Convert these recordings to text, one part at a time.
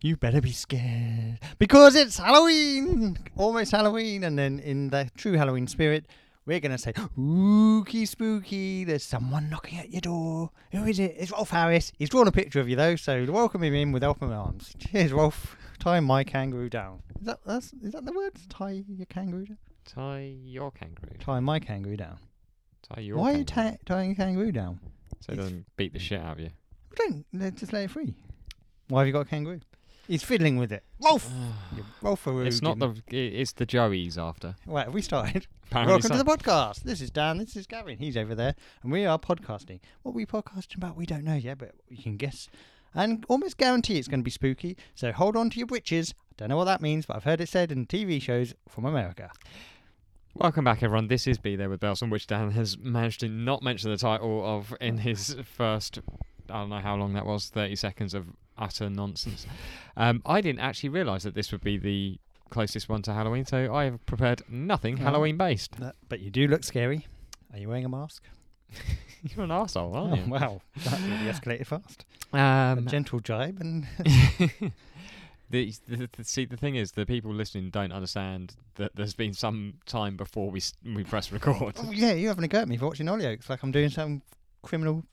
be scared because it's Halloween, almost Halloween. And then, in the true Halloween spirit, we're gonna say, "Ookie spooky! There's someone knocking at your door. Who is it? It's Rolf Harris. He's drawn a picture of you though, so welcome him in with open arms. Cheers, Rolf. Tie my kangaroo down. Is that that's, is that the words? Tie your kangaroo down. Tie your kangaroo. Tie my kangaroo down. Tie your Why are you kangaroo. ta- tying a kangaroo down? so it doesn't beat the shit out of you. Don't let- just let it free. Why have you got a kangaroo? He's fiddling with it. Rolf. You Rolfaroo it's not didn't- the. i- It's the Joeys after. Wait, have we started? Apparently Welcome so. to the podcast. This is Dan. This is Gavin. He's over there, and we are podcasting. What we podcasting about, we don't know yet, but you can guess and almost guarantee it's going to be spooky. So hold on to your britches. I don't know what that means, but I've heard it said in TV shows from America. Welcome back, everyone. This is Be There with Belson, which Dan has managed to not mention the title of in his first, I don't know how long that was, 30 seconds of utter nonsense. Um, I didn't actually realise that this would be the closest one to Halloween, so I have prepared nothing Oh. Halloween based. That- But you do look scary. Are you wearing a mask? You're an arsehole, aren't you? wow, that really escalated fast. Um, Oh, a gentle jibe, and the, the, the- see, the thing is, the people listening don't understand that there's been some time before we s- we press record. oh, yeah, you're having a go at me for watching Hollyoaks like I'm doing some criminal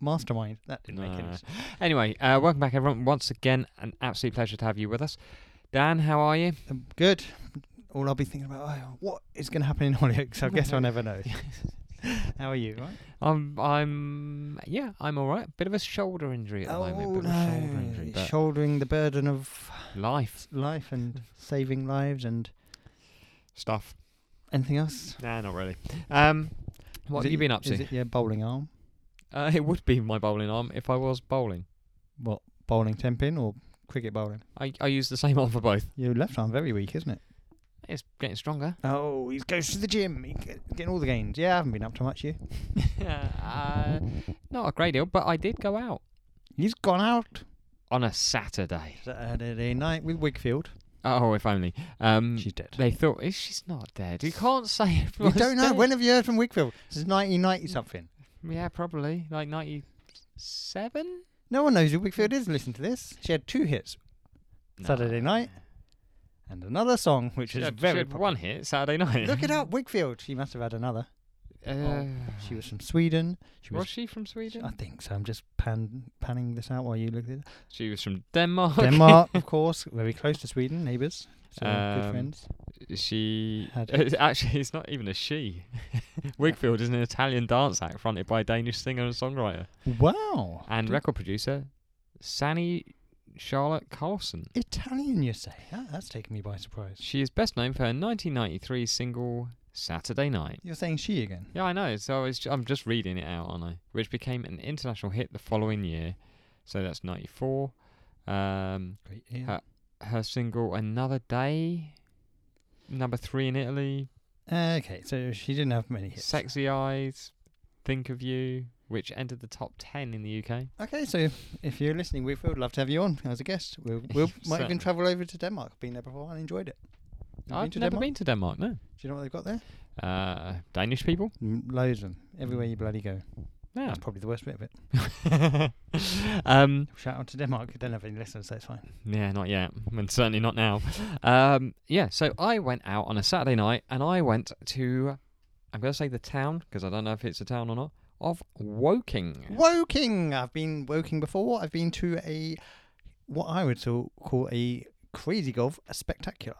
mastermind. That didn't make any Nah. sense. Anyway, uh, welcome back, everyone. Once again, an absolute pleasure to have you with us. Dan, how are you? Um, good. All I'll be thinking about, oh, what is going to happen in Hollyoaks? I guess I'll never know. How are you? Right? I'm, I'm, yeah, I'm all right. Bit of a shoulder injury at the moment, bit of a shoulder injury, but Oh, Shouldering the burden of life life and saving lives and stuff. anything else. Nah, not really. Um, what Is have it you been y- up to? Is it your bowling arm? uh, it would be my bowling arm if I was bowling. What, bowling temping or cricket bowling? I, I use the same arm for both. Your left arm very weak, isn't it? It's getting stronger. Oh, he goes to the gym. He's getting all the gains. Yeah, I haven't been up to much. You? uh, not a great deal, but I did go out He's gone out on a Saturday. Saturday night with Wigfield. Oh, if only. Um, She's dead. They thought "Eh, she's not dead. You can't say. You everyone's don't know. dead." When have you heard from Wigfield? This is 1990 something. Yeah, probably like ninety-seven. No one knows who Wickfield is. Listen to this. She had two hits Saturday night and another song, which She is had, she very had one hit Saturday night. popular. Look it up, Wickfield. She must have had another. Uh, She was from Sweden. She was was. she from Sweden? I think so. I'm just pan, panning this out while you look at it. She was from Denmark. Denmark, of course, very close to Sweden, neighbours, so good Um, friends. she Had- uh, actually, it's not even a she. Wigfield is an Italian dance act fronted by a Danish singer and songwriter Wow, and Did- record producer Sani Charlotte Carlson. Italian, you say? That, that's taken me by surprise. She is best known for her 1993 single Saturday Night. You're saying she again? Yeah, I know. So it's, I'm just reading it out, aren't I? Which became an international hit the following year. So that's 94. Um, Great. Yeah. Her- her single Another Day, number three in Italy, Uh, okay, so she didn't have many hits. Sexy Eyes, Think of You, which entered the top 10 in the UK. Okay, so if- if you're listening, we would love to have you on as a guest. We'll, we'll might even Certainly. travel over to Denmark. Been there before and enjoyed it. You I've never Denmark? been to Denmark, no. Do you know what they've got there? Uh, Danish people? Mm, loads of them. Everywhere you bloody go. No. That's probably the worst bit of it. um, Shout out to Denmark. I don't have any listeners, so it's fine. yeah, not yet, and certainly not now. Um, yeah, so I went out on a Saturday night and I went to, I'm going to say the town, because I don't know if it's a town or not, of Woking. Woking. I've been Woking before. I've been to a what I would so- call a crazy golf a spectacular.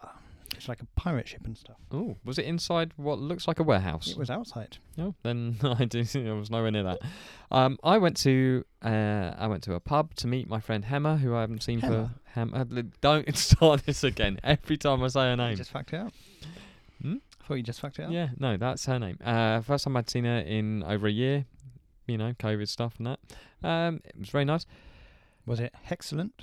It's like a pirate ship and stuff. Oh, was it inside what looks like a warehouse? It was outside. No, then I did. I was nowhere near that. Um, I went to uh, I went to a pub to meet my friend Hemmer, who I haven't seen Hemmer? for Ham. uh, li- Don't start this again. Every time I say her You name. just fucked it up. Hmm? I thought you just fucked it up. Yeah, no, that's her name. Uh, first time I'd seen her in over a year. You know, COVID stuff and that. Um, it was very nice. Was it excellent?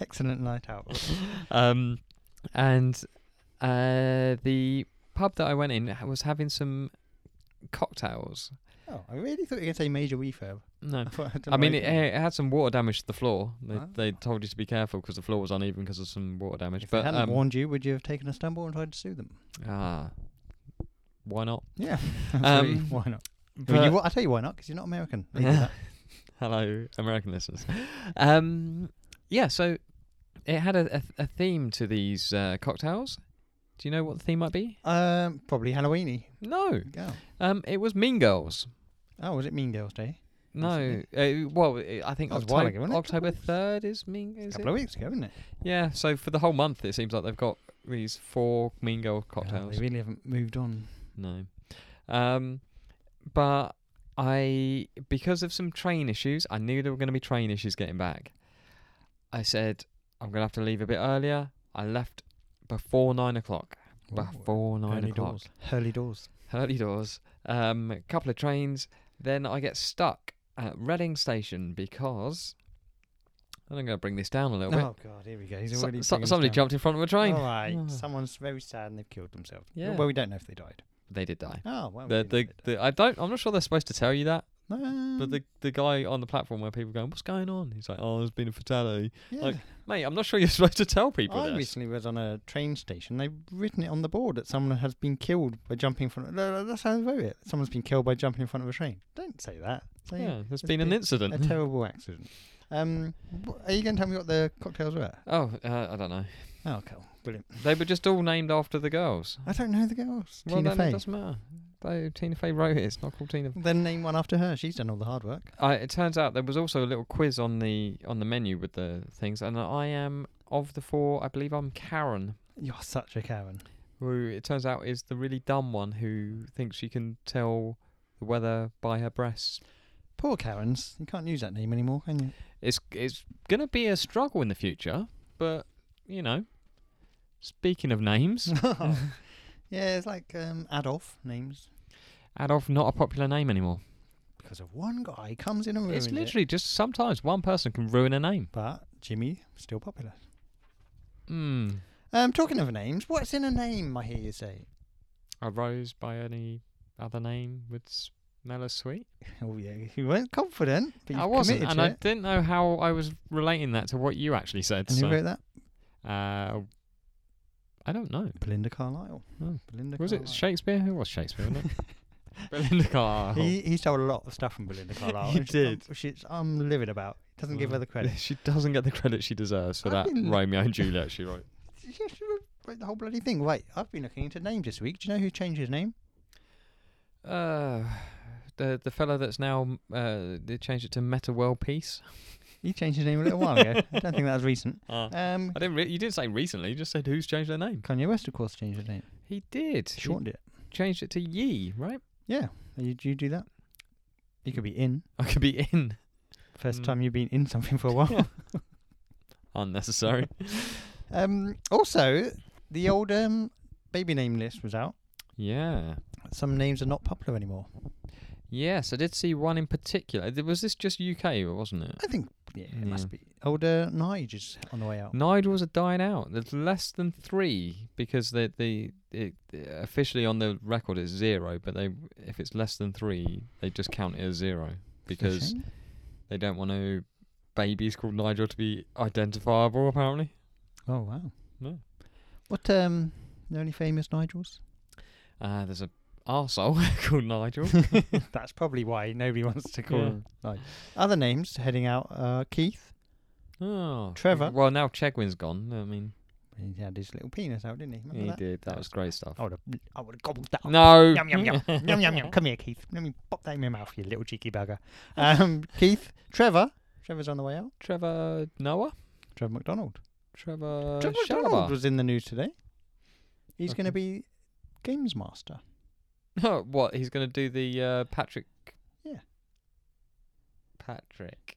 excellent night out. Um, and uh, the pub that I went in ha- was having some cocktails. Oh, I really thought you were going to say major refurb. No, I, thought- don't I know mean, why it, you- it had some water damage to the floor. They, Ah. they told you to be careful because the floor was uneven because of some water damage. if they but hadn't um, warned you, would you have taken a stumble and tried to sue them? ah, why not? Yeah. Absolutely. Um, why not? I, mean, But- you, wa- I tell you why not, because you're not American. They do that. Hello, American listeners. Um, yeah, so it had a, a, a theme to these uh, cocktails. Do you know what the theme might be? Um, probably Halloweeny. No. Oh. Um, it was Mean Girls. oh, was it Mean Girls Day? No. Uh, well, uh, I think That was a while October, ago, wasn't it? October 3rd is Mean A is couple it? of weeks ago, isn't it? Yeah, so for the whole month, it seems like they've got these four Mean Girl Oh, cocktails. they really haven't moved on. No. Um, but I, because of some train issues, I knew there were going to be train issues getting back. I said, I'm going to have to leave a bit earlier. I left before nine o'clock. Before nine Hurley o'clock. doors. Hurley doors. Early doors. Um, a couple of trains. Then I get stuck at Reading Station because. and I'm going to bring this down a little Oh God, here we go. bit. He's So- already. so- bringing us somebody down. jumped in front of a train. All right, Oh. someone's very sad and they've killed themselves. Yeah. Well, we don't know if they died. They did die. Oh, well. we The, do know the, if they died. the, I don't. I'm not sure they're supposed to tell you that. But Um, the the guy on the platform where people are going, what's going on? He's like, oh, there's been a fatality. yeah. like, Mate, I'm not sure you're supposed to tell people I this. recently was on a train station. They've written it on the board that someone has been killed by jumping in front. Of, no, no, that's how they wrote it. Someone's been killed by jumping in front of a train. Don't say that. Say yeah, there's it's been an been incident. a terrible accident. Um, wh- are you going to tell me what the cocktails were? oh, uh, I don't know. Oh, cool, brilliant. They were just all named after the girls. I don't know the girls. Well, Tina then it Fey. doesn't matter. They, Tina Fey wrote it. It's not called Tina. Then name one after her. She's done all the hard work. Uh, it turns out there was also a little quiz on the on the menu with the things, and I am of the four. I believe I'm Karen, You're such a Karen. who it turns out is the really dumb one who thinks she can tell the weather by her breasts. Poor Karens. You can't use that name anymore, can you? it's it's gonna be a struggle in the future, but you know. Speaking of names, yeah, it's like um, Adolf names Adolf not a popular name anymore. because of one guy comes in and ruins it's it. literally just sometimes one person can ruin a name. But Jimmy still popular. Hmm. Um, talking of names, what's in a name? I hear you say. A rose by any other name would smell as sweet. Oh yeah, you weren't confident, but you I wasn't, committed and to I it. didn't know how I was relating that to what you actually said. And who So, wrote that? uh, I don't know. Belinda Carlisle. Oh. Belinda Was it Carlisle. Shakespeare? Who was Shakespeare? Wasn't it? Belinda Carlisle. He he stole a lot of stuff from Belinda Carlisle. Oh. He and she- um, did. She's I'm livid about. Doesn't give her Mm. the credit. she doesn't get the credit she deserves for I've that been- Romeo and Juliet she wrote. She she wrote the whole bloody thing. Wait, I've been looking into names this week. Do you know who changed his name? Uh, the the fellow that's now uh, they changed it to Meta World Peace. He changed his name a little while ago. I don't think that was recent. Um, Ah. I didn't. Re- you didn't say recently. You just said who's changed their name. Kanye West, of course, changed his name. He did. He shortened it. He changed it to Yee. Right. Yeah. You, you do that? You could be in. I could be in. First Mm. time you've been in something for a while. Unnecessary. Um, also, the old um, baby name list was out. yeah. Some names are not popular anymore. Yes, I did see one in particular. Th- Was this just UK, wasn't it? I think yeah, it Yeah. must be. Older Nige is on the way out. Nidals are dying out. There's less than three because the the it, officially on the record it's zero, but they if it's less than three, they just count it as zero because Shame. they don't want to babies called Nigel to be identifiable. Apparently, oh wow. No. What um the only famous Nigels? uh, there's a arsehole called Nigel. That's probably why nobody wants to call Yeah. them Nigel. Other names heading out uh Keith. Oh, Trevor. Well, now Chegwin's gone. I mean, He had his little penis out, didn't he? Remember he that? did. That was great stuff. I would have I would have gobbled that up. No. Yum yum yum. yum yum yum. Come here, Keith. Let me pop that in your mouth, you little cheeky bugger. Um Keith. Trevor. Trevor's on the way out. Trevor Noah. Trevor McDonald. Trevor. Trevor Shalabar. McDonald was in the news today. He's going to Okay. be games master. Oh, what? He's going to do the uh, Patrick. Yeah. Patrick.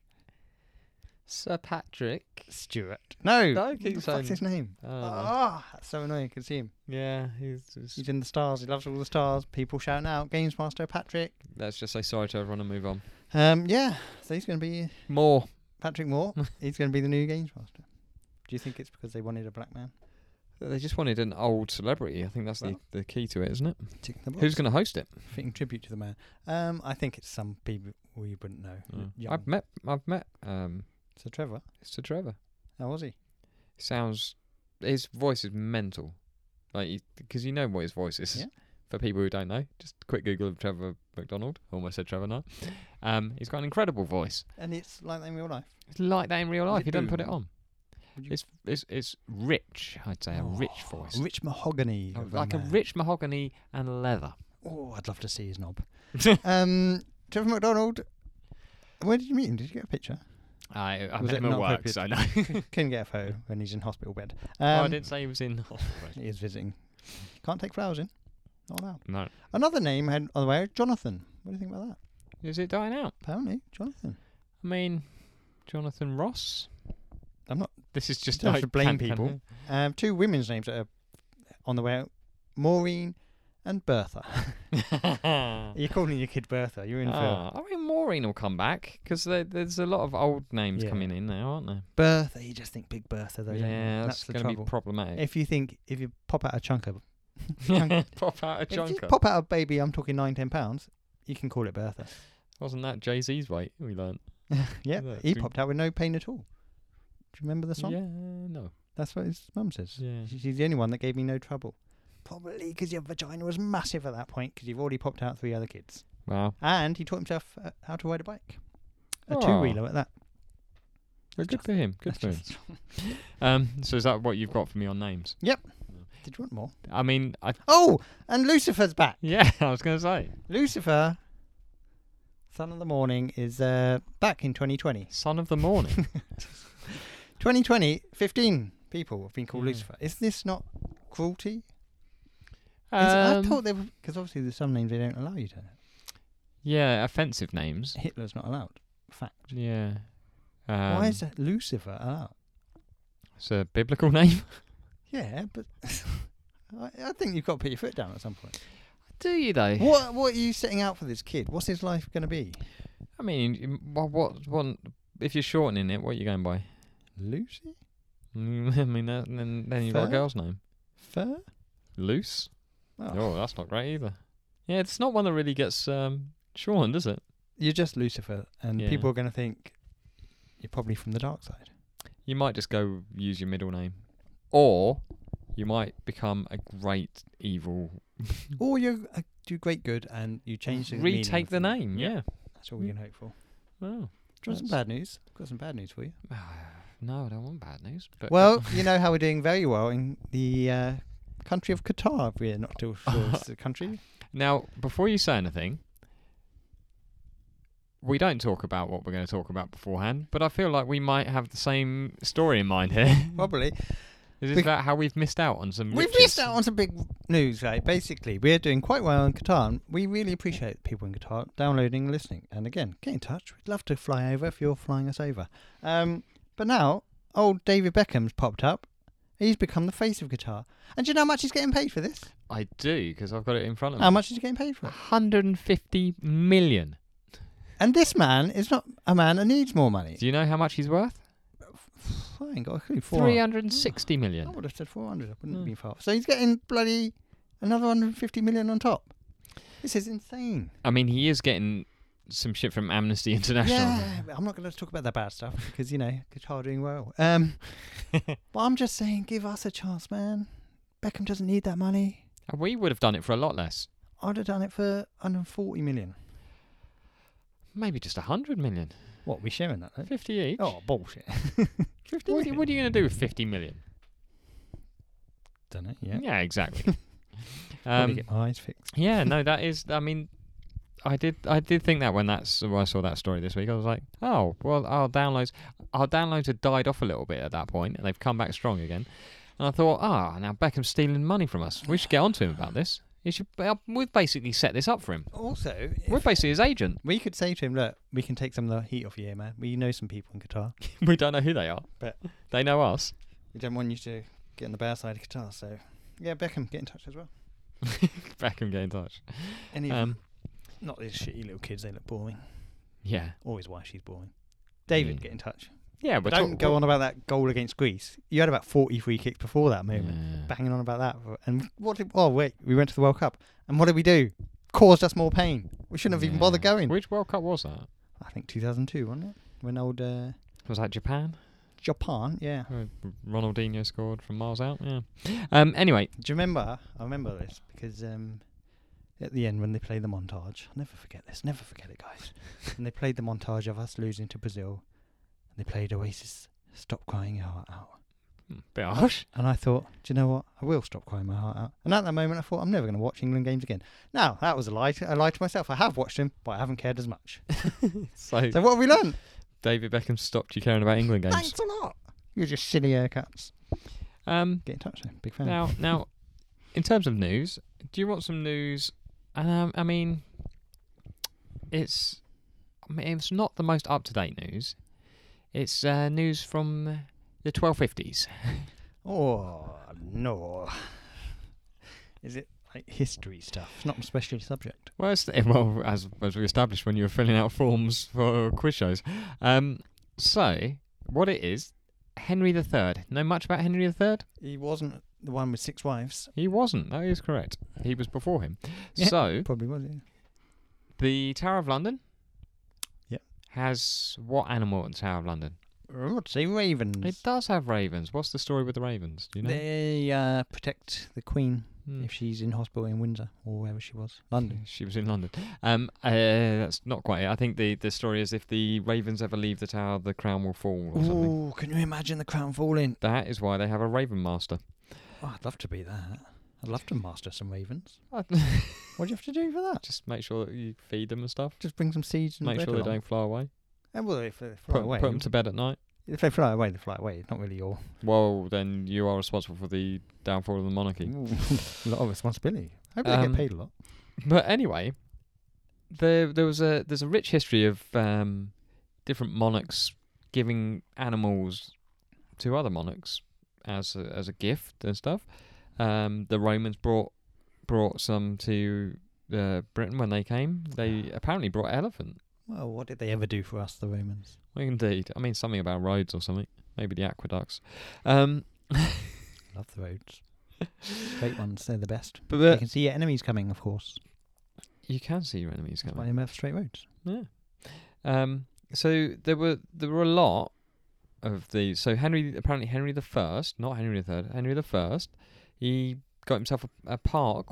Sir Patrick. Stewart. No. No, keep What's saying- his name? Oh, no. Ah, that's so annoying. I can see him. yeah, he's, he's- He's in the stars. He loves all the stars. People shouting out, games master Patrick. Let's just say sorry to everyone and move on. Um, yeah. So he's going to be More. Patrick Moore. he's going to be the new games master. Do you think it's because they wanted a black man? They just wanted an old celebrity. I think that's Well. the, the key to it, isn't it? Ticking the box. Who's going to host it? fitting tribute to the man? Um, I think it's some people we wouldn't know. Young. I've met. I've met. Um, So Trevor, Sir Trevor. how was he? Sounds. His voice is mental. Like, because you know what his voice is. Yeah. for people who don't know, just a quick Google of Trevor McDonald. Almost said Trevor Knight. Um, he's got an incredible voice. And it's like that in real life. It's like that in real life. it He doesn't put it boom? on. Would you- Oh, It's it's it's rich. I'd say a rich voice, Rich mahogany. Oh, of like a man. rich mahogany and leather. Oh, I'd love to see his knob. um, Trevor McDonald. Where did you meet him? Did you get a picture? I I Was met it him at not work, so no. oh, Couldn't get a photo when he's in hospital bed. Um, I didn't say he was in. He is visiting. Can't take flowers in. Not allowed. no, Another name, had, on the way, Jonathan. What do you think about that? is it dying out? Apparently, Jonathan. I mean, Jonathan Ross. I'm not. This is just Don't like have to blame can- can- people. Um, two women's names that are on the way out Maureen and Bertha. You're calling your kid Bertha. You're in for Ah, I mean, Maureen will come back because there, there's a lot of old names Yeah. coming in now, aren't there? Bertha. You just think Big Bertha, though. don't you? yeah, that's, the going to be trouble. problematic. if you think if you pop out a chunk of Pop out a if you chunker. pop out a baby, I'm talking nine ten pounds. You can call it Bertha. Wasn't that Jay Z's weight we learned? Yeah, Yeah, he we- popped out with no pain at all. Do you remember the song? Yeah, no. That's what his mum says. Yeah. She- She's the only one that gave me no trouble. Probably because your vagina was massive at that point because you've already popped out three other kids. Wow. And he taught himself uh, how to ride a bike. A Oh. two wheeler at that. Well, good for him. Good for him. Um, so is that what you've got for me on names? Did you want more? I mean, I Oh, and Lucifer's back. yeah, I was going to say Lucifer, Son of the Morning, is uh, back in 2020. Son of the Morning. 2020, 15 people have been called Yeah. Lucifer. Is this not cruelty? Is it- I um, thought they were. Because obviously, there's some names they don't allow you to. yeah, offensive names. Hitler's not allowed. Fact. Yeah. Um, Why is that Lucifer allowed? It's a biblical name. Yeah, but I, I think you've got to put your foot down at some point. Do you though? What What are you setting out for this kid? What's his life going to be? I mean, what, what, what? If you're shortening it, what are you going by? Lucy? Mm, I mean, that, then then you've got a Fur? girl's name. Fur? Loose. Oh. Oh, that's not great either. Yeah, it's not one that really gets um, shorn, does it? You're just Lucifer, and Yeah. people are going to think you're probably from the dark side. You might just go use your middle name, or you might become a great evil. Or you uh, do great good and you change the meaning Mm. Retake of the name. Oh, Yeah. That's all we can hope for. Wow. Do you want some That's- bad news? Got some bad news for you. No, I don't want bad news. But Well, you know how we're doing very well in the uh, country of Qatar. if We're not too sure it's the country. Now, before you say anything, we don't talk about what we're going to talk about beforehand, but I feel like we might have the same story in mind here. Probably. Is this Bec- about how we've missed out on some? We've riches? missed out on some big news, right? Basically, we're doing quite well in Qatar. And we really appreciate people in Qatar downloading and listening. And again, get in touch. We'd love to fly over if you're flying us over. Um, but now, old David Beckham's popped up. He's become the face of Qatar. And do you know how much he's getting paid for this? I do because I've got it in front of me. How much is he getting paid for it? 150 million. And this man is not a man that needs more money. Do you know how much he's worth? I ain't got a clue. Four hundred. 360 I million. would have said 400. I wouldn't Mm. have been far. So he's getting bloody another 150 million on top. This is insane. I mean, he is getting some shit from Amnesty International. Yeah, but I'm not going to talk about the bad stuff because you know Qatar are doing well. Um, but I'm just saying, give us a chance, man. Beckham doesn't need that money. And We would have done it for a lot less. I'd have done it for 140 million. Maybe just 100 million. What we sharing that? Though? 50 each. Oh bullshit. 50 what, what are you going to do with 50 million? Don't know. Yeah, Yeah. exactly. Probably um, get my eyes fixed. yeah, no, that is. I mean, I did. I did think that when that's when I saw that story this week, I was like, oh, well, our downloads, our downloads had died off a little bit at that point, and they've come back strong again. And I thought, ah, now Beckham's stealing money from us. We should get on to him about this. He should. uh, We've basically set this up for him. Also, We're basically his agent. we could say to him, look, we can take some of the heat off you, here, man. We know some people in Qatar. we don't know who they are, But- they know us. We don't want you to get on the bad side of Qatar. So yeah, Beckham, get in touch as well. Beckham, get in touch. Any of Um, Not these shitty little kids, they look boring. yeah, Always why she's boring. David, Yeah. get in touch. yeah. Mm. But Don't go on about that goal against Greece. You had about 40 free kicks before that moment. Yeah. Banging on about that. And what did. Oh, wait, we went to the World Cup. And what did we do? Caused us more pain. We shouldn't have even bothered Yeah. going. Which World Cup was that? I think 2002, wasn't it? When old uh, Was that Japan? Japan, yeah. Uh, Ronaldinho scored from miles out. Yeah. Um. Anyway, Do you remember? I remember this because um, at the end when they play the montage. I'll never forget this. Never forget it, guys. and they played the montage of us losing to Brazil, and they played Oasis "Stop Crying Your Heart Out." Hmm, Bit harsh. And I thought, do you know what? I will stop crying my heart out. And at that moment, I thought, I'm never going to watch England games again. Now, that was a lie. To, a lie to myself. I have watched them, but I haven't cared as much. So, So what have we learned? David Beckham stopped you caring about England games. Thanks a lot. You're just silly haircuts. Um, Get in touch then. Big fan. now, now, in terms of news, do you want some news? Um, I mean, it's I mean, it's not the most up to date news. It's uh, news from the 1250s. Oh, no. Is it like history stuff? It's not my specialty subject. Well, it's, eh, well as, as we established when you were filling out forms for quiz shows. Um, so, what it is, Henry III. Know much about Henry III? He wasn't the one with six wives. He wasn't. That is correct. He was before him. Yeah. So, Probably was, yeah. the Tower of London Yep. has what animal in the Tower of London? I would say Oh, ravens. It does have ravens. What's the story with the ravens? Do you know? They uh, protect the queen Hmm. if she's in hospital in Windsor or wherever she was. London. She was in London. Um, uh, that's not quite it. I think the, the story is if the ravens ever leave the tower, the crown will fall Hmm. or something. Ooh, can you imagine the crown falling? That is why they have a raven master. Oh, I'd love to be that. I'd love to master some ravens. I- What do you have to do for that? Just make sure that you feed them and stuff. Just bring some seeds and Make bread sure they along. don't fly away. And well, if they fly Put, away, them to bed at night. if they fly away, they fly away. It's not really your Well, then you are responsible for the downfall of the monarchy. Ooh, a lot of responsibility. I hope they Um, get paid a lot. But anyway, there there was a there's a rich history of um, different monarchs giving animals to other monarchs as a, as a gift and stuff. Um, the Romans brought brought some to uh, Britain when they came. They apparently brought elephant. Well, what did they ever do for us, the Romans? Indeed. I mean, something about roads or something. Maybe the aqueducts. Um, Love the roads. Great ones. They're the best. but you the- can see your enemies coming, of course. you can see your enemies That's why coming. they have straight roads. Yeah. Um, so there were there were a lot of these. So Henry apparently Henry the First, not Henry the Third, Henry the First, he got himself a, a park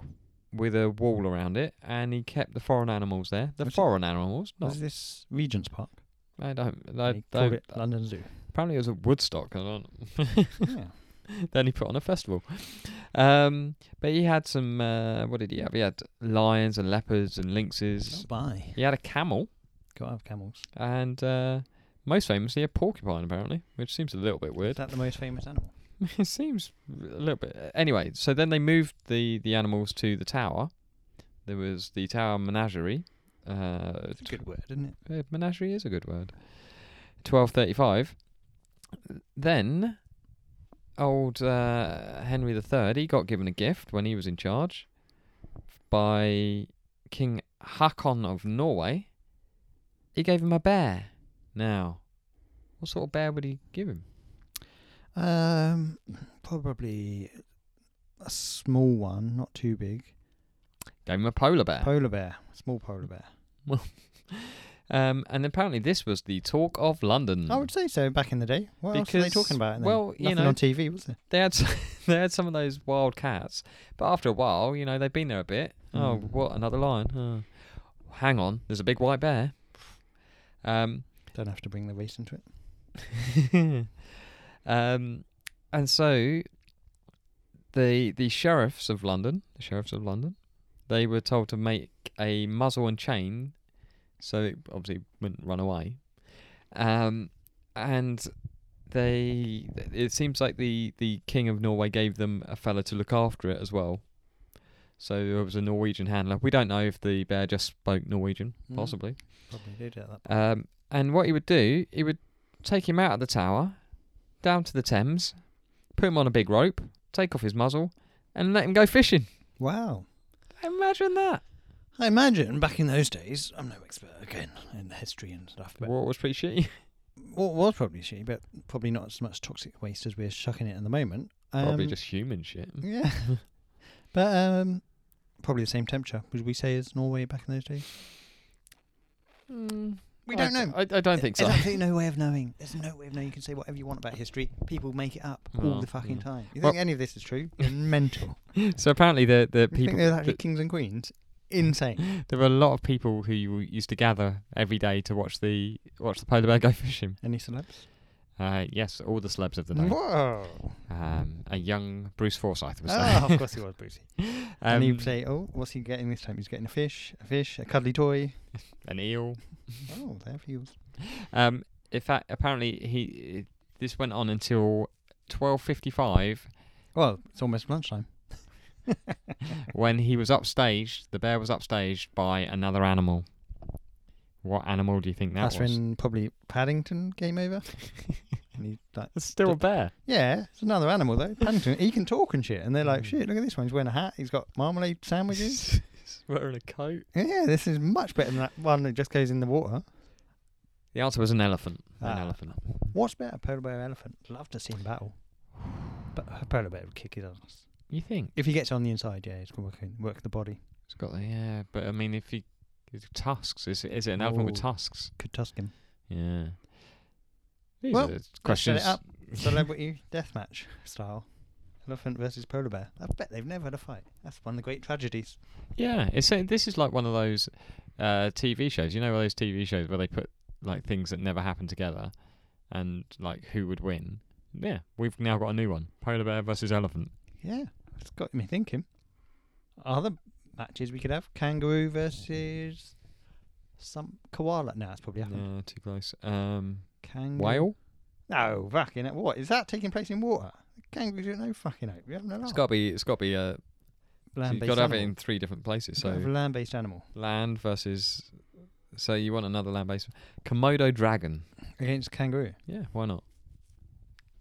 with a wall around it, and he kept the foreign animals there. The Was it- foreign animals, not Was this Regent's Park? I don't. I they don't called it London Zoo. apparently it was at Woodstock. I don't. yeah. then he put on a festival. Um, but he had some. Uh, what did he have? He had lions and leopards and lynxes. Bye. He had a camel Gotta have camels. and uh, most famously a porcupine, apparently, which seems a little bit Is weird. that the most famous animal? it seems a little bit. uh, Anyway, so then they moved the the animals to the tower. There was the tower menagerie. Uh, It's a good word, isn't it? uh, menagerie is a good word. Twelve thirty-five. Then, old uh, Henry the Third, he got given a gift when he was in charge by King Hakon of Norway. He gave him a bear. Now, what sort of bear would he give him? Um, probably a small one, not too big. Gave him a polar bear. Polar bear, small polar bear. um, and apparently this was the talk of London. I would say so. Back in the day, what else were they Hmm. Because- talking about? Then? well, you nothing know- on TV, was there? they had s- they had some of those wild cats, but after a while, you know, they've been there a bit. Oh, Mm. what another lion? Oh. Hang on, there's a big white bear. Um, Don't have to bring the race into it. um, and so the the sheriffs of London, the sheriffs of London, they were told to make a muzzle and chain, so it obviously wouldn't run away. Um, and they, it seems like the the king of Norway gave them a fella to look after it as well. So there was a Norwegian handler. We don't know if the bear just spoke Norwegian, Mm. possibly. Probably did at that. Um, and what he would do, he would take him out of the tower, down to the Thames, put him on a big rope, take off his muzzle, and let him go fishing. Wow. Imagine that. I imagine back in those days, I'm no expert again in the history and stuff, but Water was pretty shitty. what was probably shitty, but probably not as much toxic waste as we're shucking it at the moment. Um, Probably just human shit. Yeah. but um, probably the same temperature, would we say, as Norway back in those days? Mm. We don't I, know. I, I don't think so. There's absolutely no way of knowing. There's no way of knowing. You can say whatever you want about history. People make it up all Oh, the fucking yeah. time. You Well- think any of this is true? You're mental. So apparently the the You think people there's actually the- kings and queens insane. There were a lot of people who used to gather every day to watch the watch the polar bear go fishing. Any celebs? Uh, yes, all the celebs of the day. Whoa! Um, a young Bruce Forsyth was there. Oh, of course he was, Brucey. Um, and he'd say, "Oh, what's he getting this time? He's getting a fish, a fish, a cuddly toy." an eel. Oh, there he was. Um, in fact, apparently he this went on until twelve fifty five Well, it's almost lunchtime. when he was upstaged. The bear was upstaged by another animal. What animal do you think that That's was? when probably Paddington came over. and he's like, It's still a bear. "Yeah, it's another animal though. Paddington, he can talk and shit." And they're like, Mm. "Shit, look at this one. He's wearing a hat. He's got marmalade sandwiches. He's wearing a coat. yeah, this is much better than that one that just goes in the water." The answer was an elephant. An Ah. elephant. What's better, polar bear or elephant? Love to see him battle. But a polar bear would kick his ass. You think? If he gets on the inside, yeah, he's going to work, work the body. It's got the yeah, but I mean, if you it's tusks, is it, is it an elephant with Oh. tusks? Could tusk him. Yeah. These Well, are the set questions. it up. Celebrity deathmatch style. Elephant versus polar bear. I bet they've never had a fight. That's one of the great tragedies. Yeah, it's uh, this is like one of those uh, TV shows. You know those TV shows where they put like things that never happened together, and like who would win? Yeah, we've now got a new one: polar bear versus elephant. Yeah, it's got me thinking. Other matches we could have kangaroo versus some koala. No, that's probably happened. Yeah, too close. Um, Kangaroo. whale. No, fucking it. What? Is that taking place in water? Kangaroos don't know fucking hope. We have no It's life. got to be. It's got to be. Uh, so you've Oh. Land-based got to have it animal. in three different places. Gotta have So a land based animal. land versus. So you want another land-based Komodo dragon? Against kangaroo. Yeah, why not?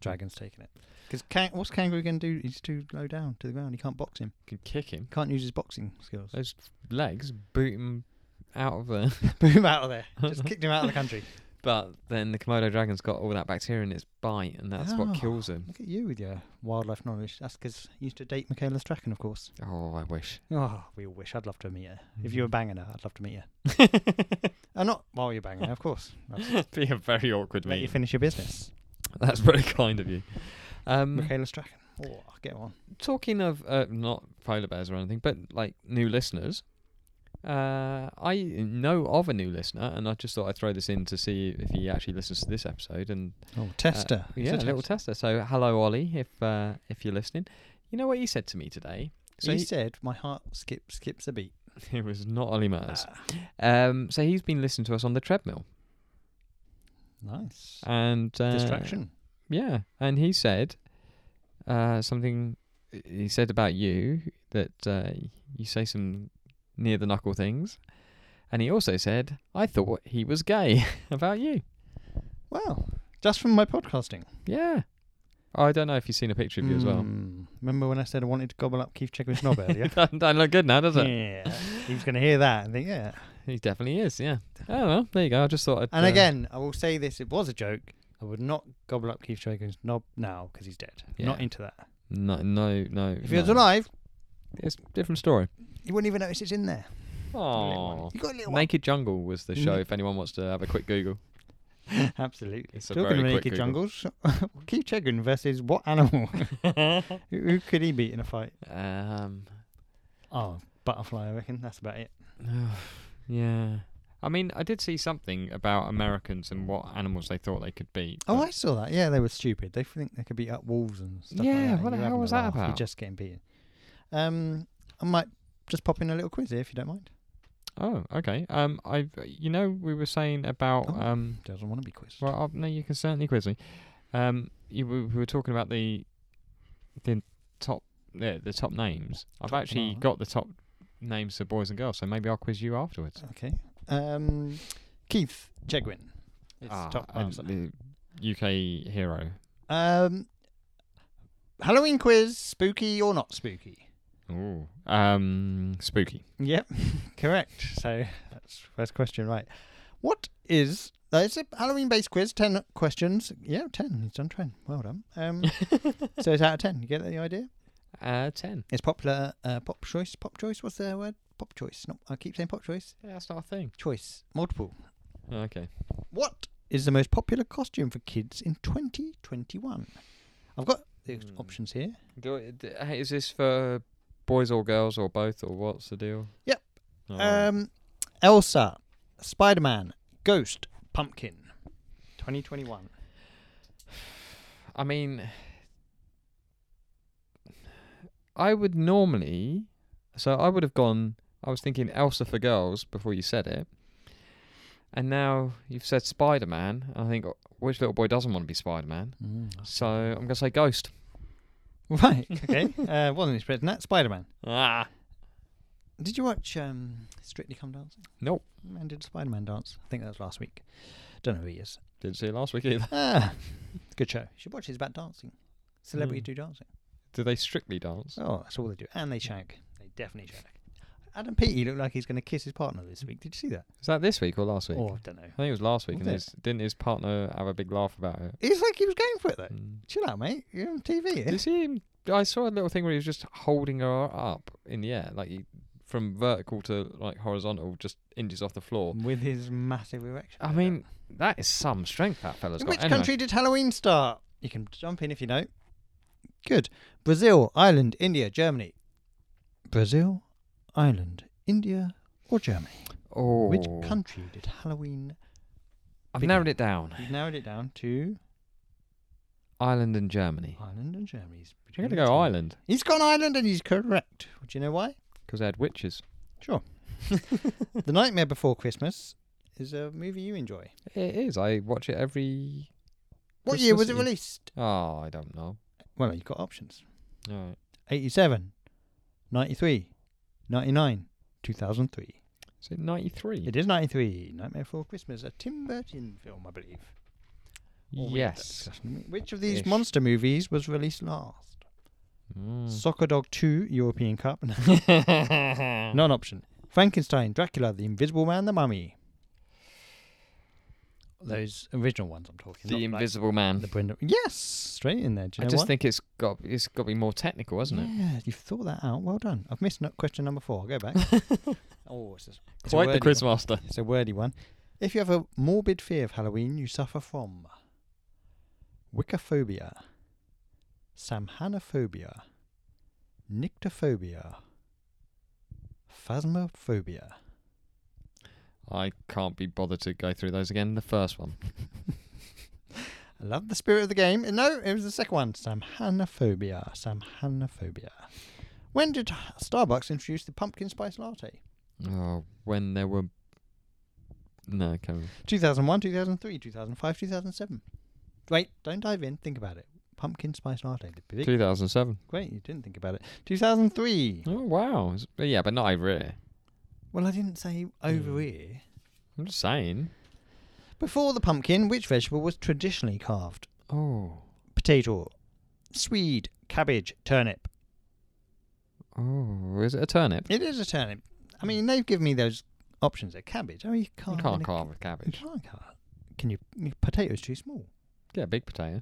Dragon's taking it. Because can- what's kangaroo going to do? He's too low down to the ground. He can't box him. Could kick him. Can't use his boxing skills. Those legs boot him out of there. Boot him out of there. Just kicked him out of the country. But then the Komodo dragon's got all that bacteria in its bite, and that's Oh. what kills him. Look at you with your wildlife knowledge. That's because you used to date Michaela Strachan, of course. Oh, I wish. Oh, we all wish. I'd love to meet her. If you were banging her, I'd love to meet her. Uh, not while you're banging her, of course. I'll Be a very awkward Let you meeting. finish your business. That's very kind of you. Um, Michaela Strachan. Oh, I'll get one. Talking of uh, not polar bears or anything, but like new listeners, uh, I know of a new listener, and I just thought I'd throw this in to see if he actually listens to this episode. And Oh, uh, tester. He's yeah, a tester. little tester. So hello, Ollie, if uh, if you're listening, you know what he said to me today. So he, said, my heart skip, skips a beat. it was not Ollie Murs. Ah, Um, so he's been listening to us on the treadmill nice. and uh, Distraction. Yeah, and he said uh, something. He said about you that uh, you say some near the knuckle things, and he also said I thought he was gay about you. Wow. Just from my podcasting. Yeah, I don't know if you've seen a picture of you as well. Mm. Remember when I said I wanted to gobble up Keith Chegwin's knob earlier? doesn't, doesn't look good now, does it? yeah. He was going to hear that and think, yeah. He definitely is. Yeah. Oh well, there you go. I just thought. I'd, And uh, again, I will say this: it was a joke. I would not gobble up Keith Chegwin's knob now because he's dead. Not Yeah. into that. no, no, no. If he was no. alive, it's a different story. you wouldn't even notice it's in there. The little one. Oh, You got a little Naked Jungle was the show. Mm. If anyone wants to have a quick Google. one. Absolutely. It's a Talking very of quick naked Google. jungles, Keith Chegwin versus what animal? who, who could he beat in a fight? Um, Oh, butterfly. I reckon that's about it. yeah. I mean, I did see something about Americans and what animals they thought they could beat. Oh, I but saw that. Yeah, they were stupid. They think they could beat up wolves and stuff. like Yeah, that, and what the you're hell having a was that laugh, You're about? just getting beaten. Um, I might just pop in a little quiz here if you don't mind. Oh, okay. Um, I, you know, we were saying about Oh. um. Doesn't want to be quizzed. Well, oh, no, you can certainly quiz me. Um, you we we were talking about the the top the, the top names. I've Top actually banana. got the top names for boys and girls, so maybe I'll quiz you afterwards. Okay. Um, Keith Chegwin. It's Ah, top um, episode. the UK hero. Um, Halloween quiz: spooky or not spooky? Ooh. Um, spooky. Yep, correct. So that's first question, right? What is? Uh, it's a Halloween-based quiz. Ten questions. Yeah, ten. He's done ten. Well done. Um, so it's out of ten. You get the idea? Uh, ten. It's popular. Uh, pop choice. Pop choice. What's the word? Pop choice. No, I keep saying pop choice. Yeah, that's not a thing. Choice. Multiple. Okay. What is the most popular costume for kids in 2021? I've got the Hmm. options here. Do, I- d- hey, is this for boys or girls or both or what's the deal? Alright. Um, Elsa, Spider Man, Ghost, Pumpkin, 2021. I mean, I would normally. So I would have gone. I was thinking Elsa for girls before you said it. And now you've said Spider Man. I think, which little boy doesn't want to be Spider Man? So I'm going to say Ghost. Mm. Right. Okay. uh, wasn't expecting that. Spider Man. Ah. Did you watch um, Strictly Come Dancing? Nope. Man did Spider Man dance. I think that was last week. Don't know who he is. Didn't see it last week either. Ah, good show. You should watch. It's about dancing. Celebrity Mm. do dancing. Do they strictly dance? Oh, that's all they do. And they shank. They definitely shank. Adam Peaty looked like he's going to kiss his partner this week. Did you see that? Is that this week or last week? Oh, I don't know. I think it was last week. Was and it? his, didn't his partner have a big laugh about it? It's like he was going for it though. Mm. Chill out, mate. You're on TV. Did you see him? I saw a little thing where he was just holding her up in the air, like he, from vertical to like horizontal, just inches off the floor. With his massive erection. I mean, that is some strength that fella's in got. which anyway. country did Halloween start? You can jump in if you know. Good. Brazil, Ireland, India, Germany. Brazil, Ireland, India, or Germany. Oh, Which country did Halloween? I've begin? narrowed it down. We've narrowed it down to Ireland and Germany. Ireland and Germany. It's I'm between gonna the two. go Ireland He's gone Ireland and he's correct. Do you know why? because they had witches. Sure. the Nightmare Before Christmas is a movie you enjoy. It is. I watch it every. What year was it Christmas Eve. released? Oh, I don't know. Well, you've got options. All right. 87, 93, 99, 2003. Is it ninety-three? It is 93. Nightmare Before Christmas, a Tim Burton film, I believe. Or Oh, we had that Yes. discussion. Which of these Ish. monster movies was released last? Mm. Soccer Dog 2, European Cup. Not an option. Frankenstein, Dracula, The Invisible Man, The Mummy. Those original ones I'm talking. the not like Invisible Man. the Brenda. Yes, straight in there. Do you I know just what? think it's got it's got to be more technical, hasn't it? Yeah, you've thought that out. Well done. I've missed no- question number four. I'll go back. oh, it's, a, it's a Quite the wordy quiz One. master. It's a wordy one. If you have a morbid fear of Halloween, you suffer from wiccophobia, samhanophobia, nyctophobia, phasmophobia. I can't be bothered to go through those again. The first one. I love the spirit of the game. Uh, No, it was the second one. Samhanophobia. Samhanophobia. When did Starbucks introduce the pumpkin spice latte? Oh, when there were. No, can 2001, 2003, 2005, 2007. Wait, don't dive in. Think about it. Pumpkin spice latte. The big, 2007. great, you didn't think about it. 2003. Oh wow. It's- but Yeah, but not over here. Well, I didn't say over Hmm. here. I'm just saying. Before the pumpkin, which vegetable was traditionally carved? Oh. Potato, swede, cabbage, turnip. Oh, is it a turnip? It is a turnip. I mean, they've given me those options. A cabbage. Oh, you Mm. You can't. can't carve a cabbage. You can't carve. Can you? Your potato's too small. Get a big potato.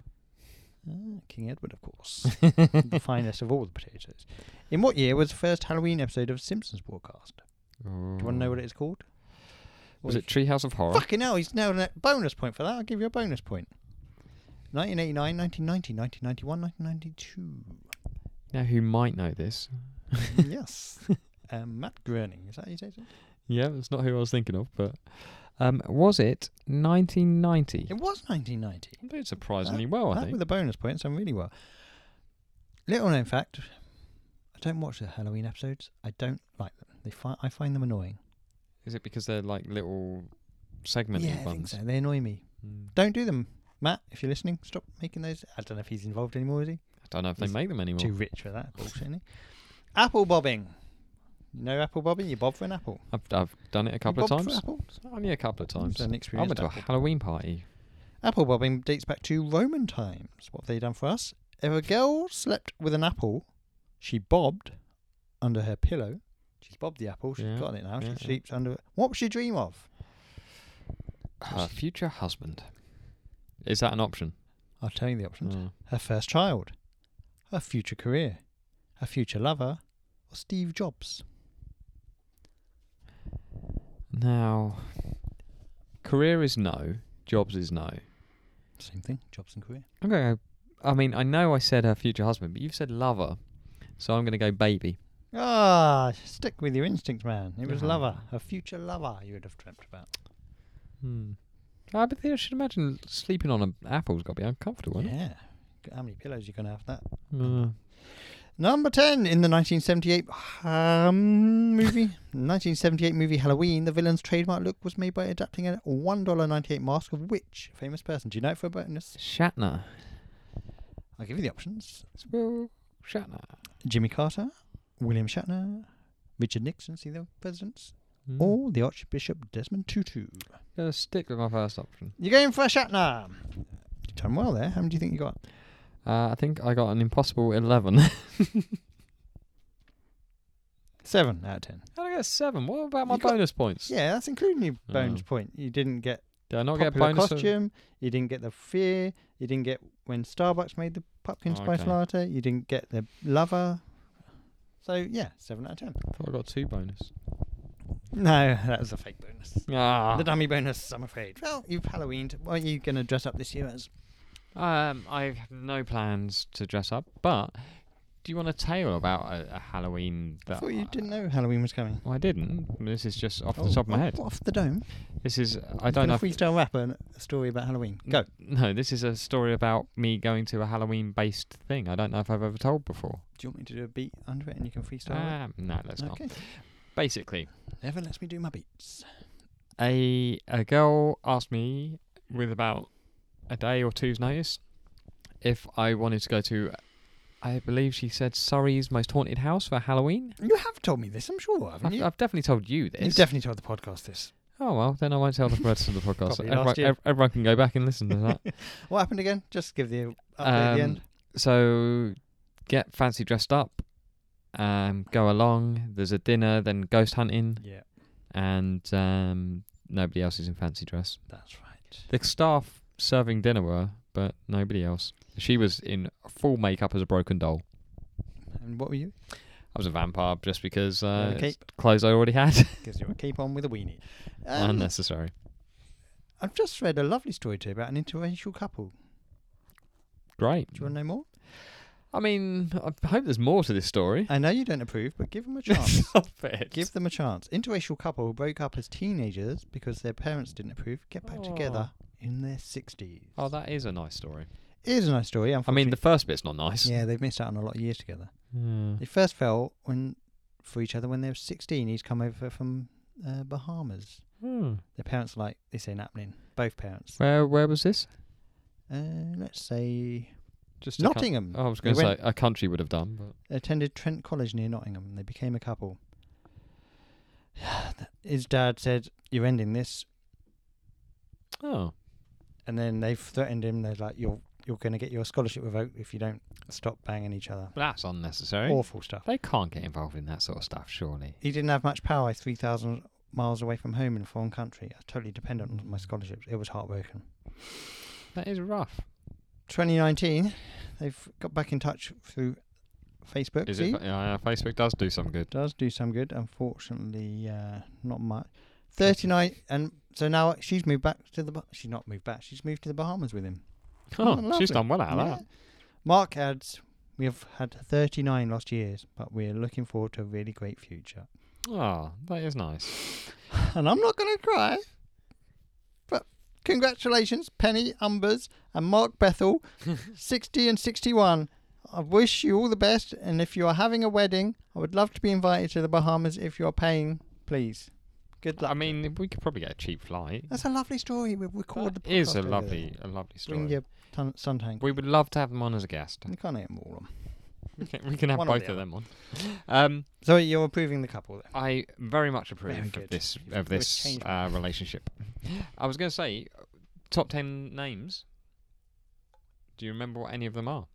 Ah, King Edward, of course, the finest of all the potatoes. In what year was the first Halloween episode of Simpsons broadcast? Do you want to know what it is called? Oh. Was it Treehouse of Horror? Fucking hell! He's now a bonus point for that. I'll give you a bonus point. 1989, 1990, 1991, Now, who might know this? 1992. yes. Um, Matt Groening, is that how you say it? Yeah, that's not who I was thinking of, but. Um, was it 1990? It was 1990. I did surprisingly well, Oh, I that think. with the bonus points, I'm really well. Little known fact: I don't watch the Halloween episodes. I don't like them. They fi- I find them annoying. Is it because they're like little segmented yeah, I think ones? so. They annoy me. Mm. Don't do them, Matt. If you're listening, stop making those. I don't know if he's involved anymore. Is he I don't know if they Is- make them anymore. too rich for that? Bullshit. isn't he? apple bobbing. You know apple bobbing. You bob for an apple. I've, I've done it a You couple of bob for times. apples. Only a couple of times. It's an I experience. went to a apple. Halloween party. Apple bobbing dates back to Roman times. What have they done for us? If a girl slept with an apple, she bobbed under her pillow. She's bobbed the apple. She's Yeah, got it now. yeah, yeah. she sleeps under. What was she dream of? Her future husband. Is that an option? I'll tell you the options. Oh. Her first child, her future career, her future lover, or Steve Jobs. Mm. Now, career is no, jobs is no. Same thing. Jobs and career. I'm going to go. I mean, I know I said her future husband, but you've said lover. So I'm going to go baby. Ah, stick with your instincts, man. It was Ah. lover, a future lover you would have dreamt about. Hmm. I but I should imagine sleeping on an apple's got to be uncomfortable, isn't Yeah. G- How many pillows you gonna have for that? it? Uh, Number ten in the 1978 um, movie, 1978 movie Halloween. The villain's trademark look was made by adapting a one dollar ninety-eight mask of which famous person? Do you know it for a bonus? Shatner. I'll give you the options: It's Will Shatner. Jimmy Carter, William Shatner, Richard Nixon, see the presidents, Hmm. or the Archbishop Desmond Tutu. Gonna stick with my first option. You're going for Shatner. You've done well there. How many do you think you got? Uh, I think I got an impossible 11. Seven out of ten. How'd I get a 7? What about my You got- bonus points? Yeah, that's including your bones Oh. point. You didn't get uh, Did I not get a popular bonus? costume. You didn't get the fear. You didn't get when Starbucks made the pumpkin Oh, spice okay. latte. You didn't get the lover. So yeah, seven out of ten. I thought I got two bonus. No, that was a fake bonus. Ah. The dummy bonus, I'm afraid. Well, you've Halloweened. What are you going to dress up this year as? Um, I have no plans to dress up, but do you want a tale about a, a Halloween I that thought you didn't know Halloween was coming. Well, I didn't. This is just off Oh, the top of my oh, head. Off the dome. This is I You've don't been know. Mm. A freestyle rapper and a story about Halloween. Go. No, this is a story about me going to a Halloween-based thing. I don't know if I've ever told before. Do you want me to do a beat under it and you can freestyle? it? Um, no, let's not. okay. Basically, Never lets me do my beats. a a girl asked me with about a day or two's notice if I wanted to go to. I believe she said Surrey's most haunted house for Halloween. You have told me this, I'm sure, haven't I've, you? I've definitely told you this. You've definitely told the podcast this. oh well, then I won't tell the rest of the podcast. Probably everyone, last year. ev- everyone can go back and listen to that. What happened again? Just give the update at the Um, end. so get fancy dressed up, um, go along. There's a dinner, then ghost hunting, Yeah, and um, nobody else is in fancy dress. that's right. The staff serving dinner were, but nobody else. She was in full makeup as a broken doll. And what were you? I was a vampire just because uh, a cape. clothes I already had. Because you were keep on with a weenie. Um, Unnecessary. I've just read a lovely story to you about an interracial couple. Great. Do you want to know more? I mean, I hope there's more to this story. I know you don't approve, but give them a chance. Stop it. Uh, give them a chance. Interracial couple who broke up as teenagers because their parents didn't approve get back together in their 60s. oh, that is a nice story. It is a nice story. I mean, the first bit's not nice. yeah, they've missed out on a lot of years together. Yeah. They first fell when for each other when they were 16. He's come over from uh, Bahamas. Hmm. Their parents are like this ain't happening. Both parents. Where where was this? Uh, let's say Just a oh. coun- Nottingham. I was going They to say went- a country would have done, but Attended Trent College near Nottingham. They became a couple. His dad said, "You're ending this," oh, and then they've threatened him. They're like, "You're you're going to get your scholarship revoked if you don't stop banging each other." that's unnecessary. Awful stuff. They can't get involved in that sort of stuff, surely. He didn't have much power. Three thousand miles away from home in a foreign country. I was totally dependent on my scholarships. It was heartbroken. That is rough. 2019, they've got back in touch through Facebook. Is See? it? fa- Yeah, yeah, Facebook does do some good. Does do some good. Unfortunately, uh, not much. 39, and so now she's moved back to the. Bah- She's not moved back. She's moved to the Bahamas with him. Oh, lovely. she's done well out of Yeah. Mark adds, "We have had 39 lost years, but we're looking forward to a really great future." that. Oh, that is nice. And I'm not going to cry. But congratulations, Penny Umbers and Mark Bethel, 60 and 61. I wish you all the best. And if you are having a wedding, I would love to be invited to the Bahamas if you're paying, please. Good luck. I mean, we could probably get a cheap flight. that's a lovely story. We've That recorded the podcast. is a over lovely, a lovely there. Bring story. your ton- suntank. We would love to have them on as a guest. You can't eat them all. we can, we can have One or both the of them on. Um, So you're approving the couple there. I very much Very approve good. of this You've- of you've this changed my uh, relationship. I was going to say uh, top ten names. Do you remember what any of them are?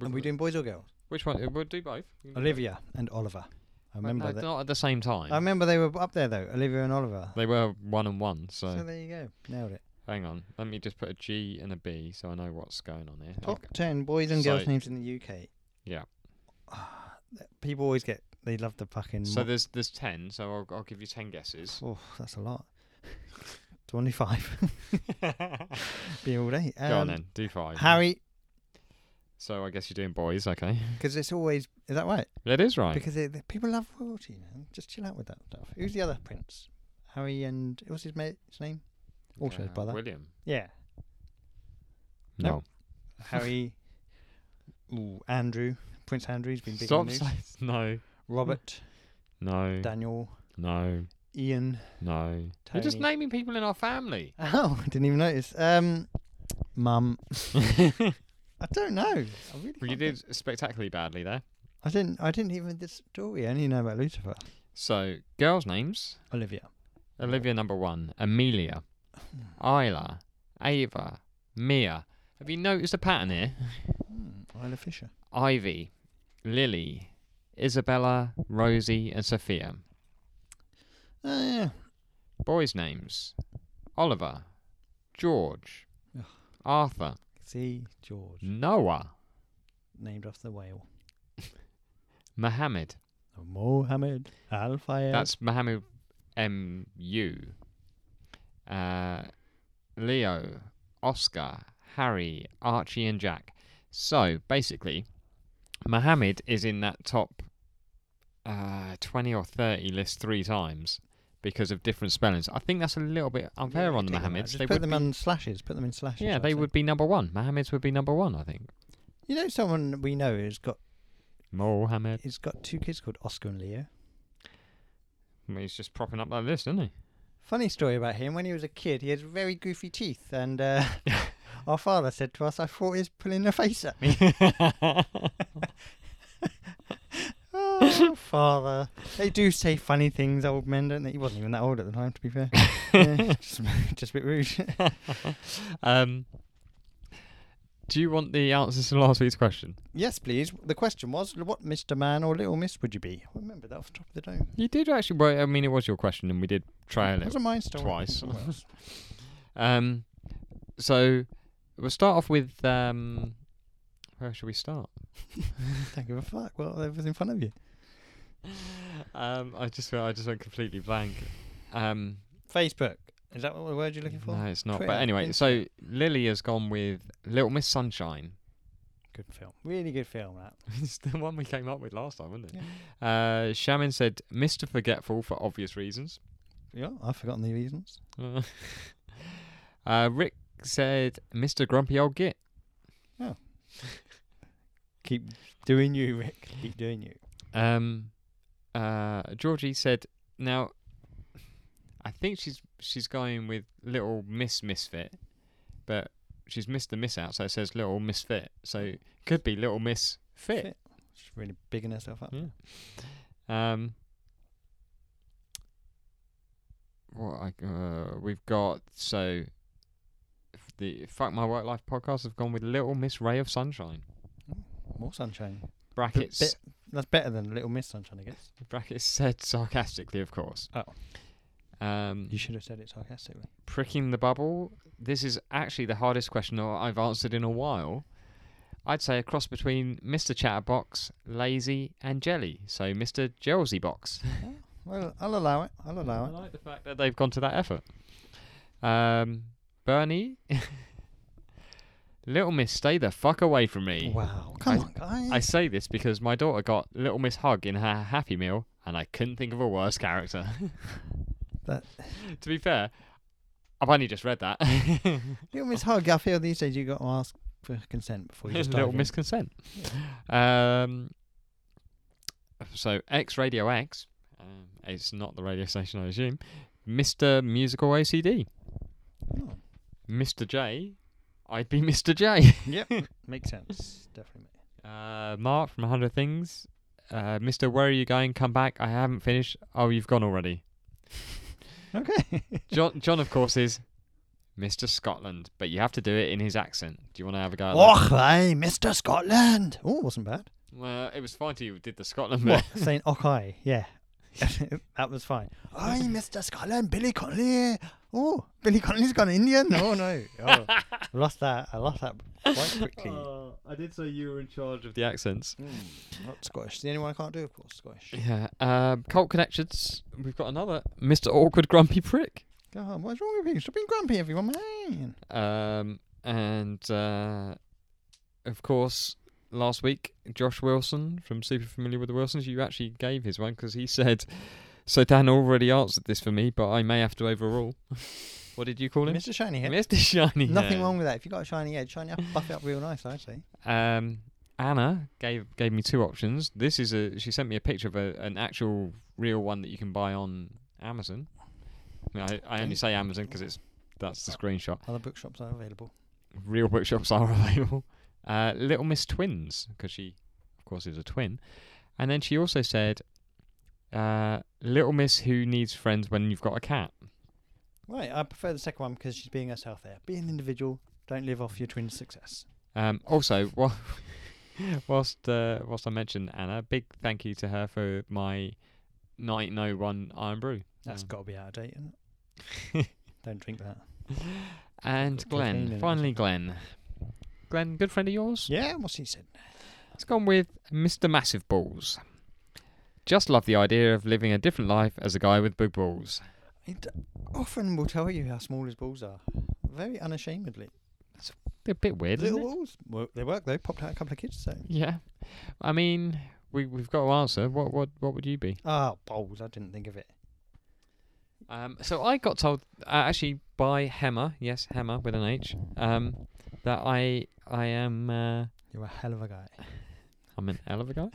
And Uh, we doing boys or girls? Which one? uh, We'll do both. We can do Olivia and Oliver. I both. remember no, that. Not at the same time. I remember they were up there though, Olivia and Oliver. they were one and one. So, So there you go. Nailed it. hang on. Let me just put a G and a B so I know what's going on here. Top ten boys and girls So- names in the UK. Yeah. People always get they love the fucking. So So there's there's ten. So I'll, I'll give you ten guesses. oh, that's a lot. Twenty five. Go Be all day. Um, on then. Do five. Harry, So I guess you're doing boys, okay? Because it's always is that right? That is right. Because it, the people love royalty, man. Just chill out with that stuff. Who's the other prince? Harry and what's his mate? His name? Also his Uh, brother. William. Yeah, No. Nope. Harry. Ooh, Andrew. Prince Andrew's been big in Stop. the news. saying- No. Robert, No. Daniel, No. Ian, No. You're just Tony. naming people in our family. Oh, I didn't even notice. Um, Mum. I don't know. I really. Well, you can't think. did spectacularly badly there. I didn't. I didn't even this story. I only know about Lucifer. So, girls' names Olivia. Olivia, number one. Amelia. Hmm. Isla. Ava. Mia. Have you noticed a pattern here? Hmm, Isla Fisher. Ivy. Lily. Isabella. Rosie. And Sophia. Oh yeah. Boys' names Oliver. George. Ugh. Arthur. See George, Mm. Noah. named after the whale. Mohammed. Mohammed Al Fayed. That's Mohammed M U. Uh, Leo, Oscar, Harry, Archie, and Jack. So basically, Mohammed is in that top uh, twenty or thirty list three times because of different spellings. I think that's a little bit unfair on the Mohammeds. Just They put would them be- on slashes. Put them in slashes. yeah, I'd they say. would be number one. Mohammeds would be number one, I think. You know, someone we know has got Mohammed. has got two kids called Oscar and Leo. I mean, he's just propping up that list, isn't he? Funny story about him. When he was a kid, he had very goofy teeth, and uh, our father said to us, "I thought he was pulling a face at me." oh, father! They do say funny things, old men, don't they? He wasn't even that old at the time, to be fair. Yeah, just, just a bit rude. um, do you want the answers to last week's question? yes, please. The question was, "What Mister Man or Little Miss would you be?" I remember that off the top of the dome. You did actually. Well, I mean, it was your question, and we did trail That's it. a mind story. twice. Someone else. Um, so we'll start off with um, where should we start? don't give a fuck. Well, whatever's in front of you. Um, I just went- I just went completely blank. Um, Facebook. Is that what the word you're looking for? no, it's not. Twitter, But anyway, Insta. so Lily has gone with Little Miss Sunshine. Good film. Really good film. That. it's the one we came up with last time, wasn't it? Yeah. Uh, Shaman said Mr. Forgetful for obvious reasons. Yeah, I've forgotten the reasons. Uh, uh, Rick said, "Mr. Grumpy Old Git." Keep doing you, Rick. Keep doing you. Um, uh, Georgie said, "Now, I think she's she's going with Little Miss Misfit, but she's missed the miss out, so it says Little Misfit. So could be Little Miss Fit." Fit. She's really bigging herself up. Um, what I, uh, we've got so the Fuck My Work Life podcast have gone with Little Miss Ray of Sunshine. More sunshine. But Brackets. bit- that's better than Little Miss Sunshine, I guess. Brackets said sarcastically, of course. Oh. Um, You should have said it sarcastically. pricking the bubble. This is actually the hardest question I- I've answered in a while. I'd say a cross between Mr. Chatterbox, Lazy, and Jelly. So Mr. Jelzy Box. Well, I'll allow it. I'll allow I it. like the fact that they've gone to that effort. Um, Bernie, Little Miss, stay the fuck away from me. Wow. Come I- on, guys. I say this because my daughter got Little Miss Hug in her Happy Meal, and I couldn't think of a worse character. That- to be fair, I've only just read that. Little Miss Hug, I feel these days you got to ask for consent before you just Little dive in. misconsent. Um, so X Radio X, um, it's not the radio station, I assume. Mister Musical OCD, Oh, Mister J, I'd be Mister J. Yep. makes sense. Definitely. ma- Uh, Mark from 100 Things. Uh, Mr. Where Are You Going? Come back. I haven't finished. Oh, you've gone already. Okay. John, John of course, is Mr. Scotland, but you have to do it in his accent. Do you want to have a go at that? Och, Oh, hey, Mr. Scotland. Oh, wasn't bad. Well, it was fine till you did the Scotland What? bit. Saying, och, hi. Yeah. that was fine. Hi, Mr. Scotland, Billy Connolly. Oh, Billy Connolly's gone Indian. Oh, no. Oh, lost that. I lost that quite quickly. Uh, I did say you were in charge of the accents. Mm, not Scottish. The only one I can't do, of course, Scottish. Yeah. Um, Cult Connections. We've got another Mr. Awkward Grumpy Prick. Go on. What's wrong with you? Stop being grumpy, everyone, man. Um, and uh, of course, last week, Josh Wilson from Super Familiar with the Wilsons, you actually gave his one because he said, So Dan already answered this for me, but I may have to overrule. what did you call him? Mr. Shiny Head. Mr. Shiny. Nothing Head. wrong with that. If you've got a shiny head, shiny up, buff it up real nice, I'd say. Um, Anna gave gave me two options. This is a she sent me a picture of a, an actual real one that you can buy on Amazon. I, mean, I, I only say Amazon because it's that's the screenshot. Other bookshops are available. Real bookshops are available. Uh, Little Miss Twins because she, of course, is a twin, and then she also said, uh, "Little Miss who needs friends when you've got a cat." Right, I prefer the second one because she's being herself there. Be an individual. Don't live off your twin's success. Um, also, while, whilst uh, whilst I mentioned Anna, big thank you to her for my 1901 Iron Brew. That's Um, got to be out of date, isn't it? it? Don't drink that. And Got cocaine in it Glenn, or finally Glenn. Glenn, good friend of yours. Yeah, what's he said? It's gone with Mr. Massive Balls. Just love the idea of living a different life as a guy with big balls. It often will tell you how small his balls are. Very unashamedly. They're a bit weird, Little isn't it? balls. Well, they work though. Popped out a couple of kids, so. Yeah. I mean, we we've got to answer. What what what would you be? Ah, balls. I didn't think of it. Um, so I got told uh, actually by Hemmer, yes, Hemmer with an H, um, that I I am uh, You're a hell of a guy. I'm an hell of a guy.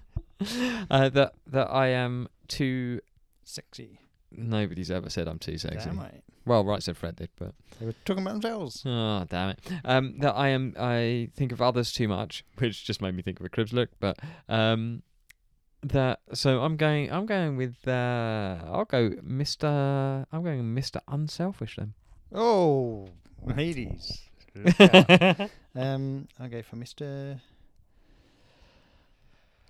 uh, that that I am too. Sexy. Nobody's ever said I'm too sexy. Damn right. Well, right, said Fred did, but They were talking about themselves. oh damn it. Um, that I am I think of others too much, which just made me think of a cribs look. But um, that so I'm going I'm going with uh, I'll go Mister I'm going Mister Unselfish then. Oh, ladies. Look out. um, I'll go for Mr.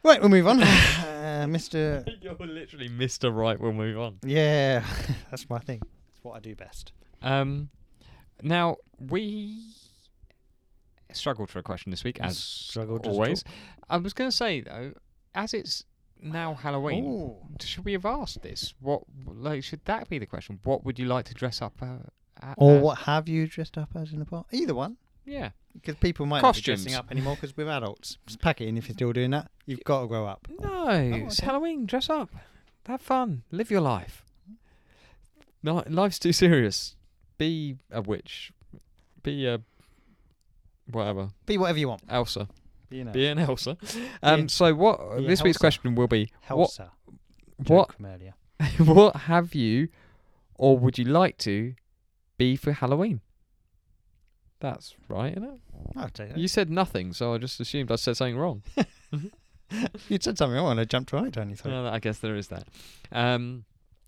Right, we'll move on. uh, Mr. You're literally Mr. Right. We'll move on. Yeah, that's my thing. That's what I do best. Um, now we struggled for a question this week, as Struggled as always. I was going to say though, as it's now Halloween, Ooh. should we have asked this? What like should that be the question? What would you like to dress up? Uh, a- Or as? what have you dressed up as in the past? Either one. Yeah. Because people might not be dressing Costumes. up anymore because we're adults. Just pack it in if you're still doing that. You've got to grow up. No, it's okay. Halloween. Dress up. Have fun. Live your life. No, life's too serious. Be a witch. Be a whatever. Be whatever you want. Elsa. Be an Be an Elsa. Um, an- so what? be a this week's Helsa. question will be what? Helsa. What? Joke from earlier. what have you, or would you like to, be for Halloween? That's right, isn't it? I'll take that. You said nothing, so I just assumed I said something wrong. You said something wrong and I jumped right on you. Well, I guess there is that. Um,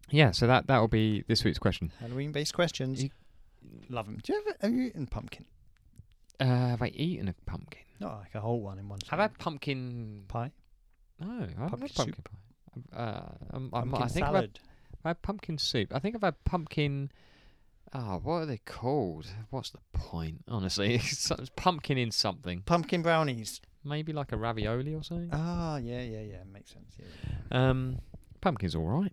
yeah, so that that will be this week's question. Halloween based questions. You- Love them. Do you ever have you eaten pumpkin? Uh, have I eaten a pumpkin? Not like a whole one in one. Have I had pumpkin? pie? No. No, I haven't Pumpkin had soup? pumpkin pie. Uh, um, I- Pumpkin I think I've had salad. I had pumpkin soup. I think I've had pumpkin. Oh, what are they called? What's the point? Honestly, it's so- it's pumpkin in something. Pumpkin brownies. Maybe like a ravioli or something. Ah, yeah, yeah, yeah. Makes sense. Yeah. yeah. Um, pumpkin's all right.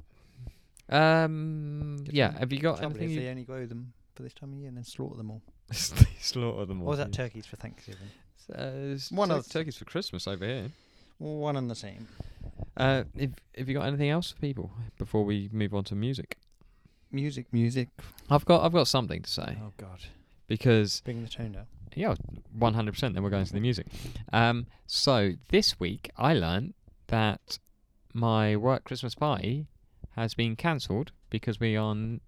Um, Good yeah. point. Have you got Trouble is anything? they You only grow them for this time of year and then slaughter them all. slaughter them all. Or was that yeah. turkeys for Thanksgiving? Uh, it's One tur- other- turkeys for Christmas over here. One and the same. Uh, if have you got anything else for people before we move on to music? Music, music. I've got I've got something to say Oh God, because bring the tone down. Yeah, one hundred percent. Then we're going to the music. Um, so this week I learned that my work Christmas party has been cancelled because we are n-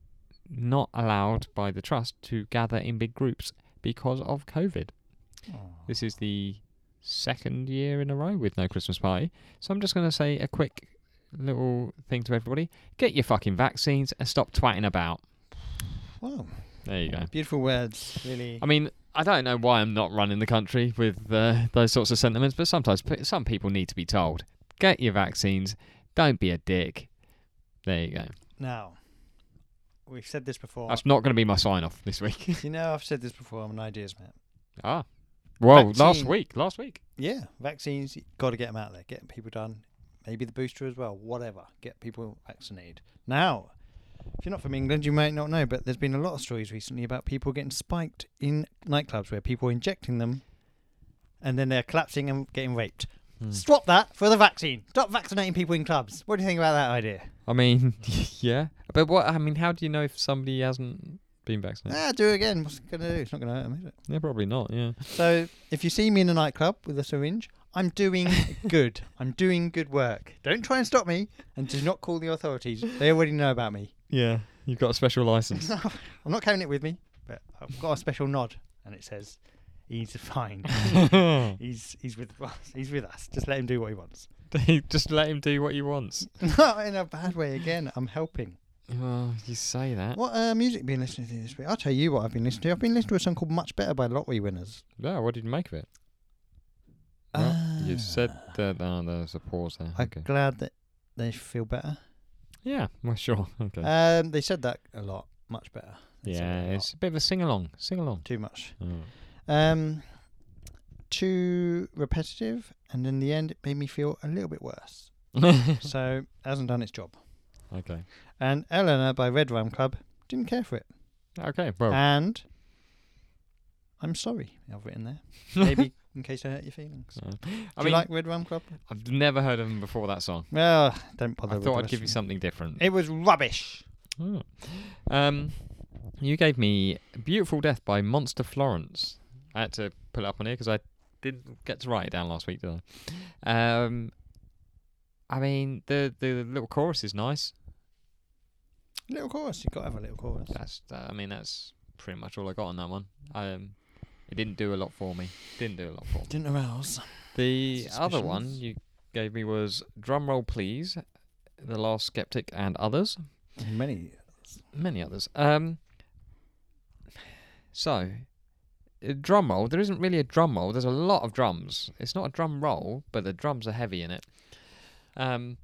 not allowed by the trust to gather in big groups because of COVID. This is the second year in a row with no Christmas party. So I'm just going to say a quick little thing to everybody: get your fucking vaccines and stop twatting about. Wow, There you go. beautiful words. Really. I mean, I don't know why I'm not running the country with uh, those sorts of sentiments, but sometimes p- some people need to be told. Get your vaccines. Don't be a dick. There you go. now, we've said this before. That's not going to be my sign off this week. you know, I've said this before. I'm an ideas man. ah. Well, last Vaccine. week. Last week. Yeah, vaccines. Got to get them out there. Get people done. Maybe the booster as well. Whatever. Get people vaccinated. Now, if you're not from England, you might not know, but there's been a lot of stories recently about people getting spiked in nightclubs where people are injecting them and then they're collapsing and getting raped. Hmm. Swap that for the vaccine. Stop vaccinating people in clubs. What do you think about that idea? I mean, yeah. But what? I mean, how do you know if somebody hasn't been vaccinated? Ah, do it again. What's it gonna do? It's not gonna hurt them, is it? Yeah, probably not. Yeah. So if you see me in a nightclub with a syringe, I'm doing good. I'm doing good work. Don't try and stop me, and do not call the authorities. They already know about me. Yeah. You've got a special license. I'm not carrying it with me, but I've got a special nod, and it says, "He's fine. he's he's with us. He's with us. Just let him do what he wants." Just let him do what he wants. not in a bad way. Again, I'm helping. Well, you say that. What uh, music have you been listening to this week? I'll tell you what I've been listening to. I've been listening to a song called "Much Better" by Lottery Winners. Yeah. What did you make of it? Well, you Ah. said that oh, there's a pause there. I'm okay. glad that they feel better. Yeah. Well, sure. Okay. Um, they said that a lot. Much better. They said yeah. that a lot. It's a bit of a sing along. Sing along. too much. Oh. Um, too repetitive, and in the end, it made me feel a little bit worse. Hmm. so it hasn't done its job. Okay. And Eleanor by Red Rum Club didn't care for it. Okay. Well. And I'm sorry, I've written there. Maybe in case I hurt your feelings. Do Uh, I you mean, like Red Rum Club? I've never heard of him before that song. Well, don't bother. I with the thought I'd rest give you of something different. them. It was rubbish. Oh. Um, you gave me "Beautiful Death" by Monster Florence. I had to put it up on here because I didn't get to write it down last week, did I? Um, I mean, the the little chorus is nice. Little chorus. You got to have a little chorus. That's that, I mean, that's pretty much all I got on that one. Um, it didn't do a lot for me. Didn't do a lot for me. Didn't arouse. The other one Suspicions. you gave me was "Drumroll Please," "The Last Skeptic," and others. Many. many others. Um, so, a drum roll. There isn't really a drum roll. There's a lot of drums. It's not a drum roll, but the drums are heavy in it. Um,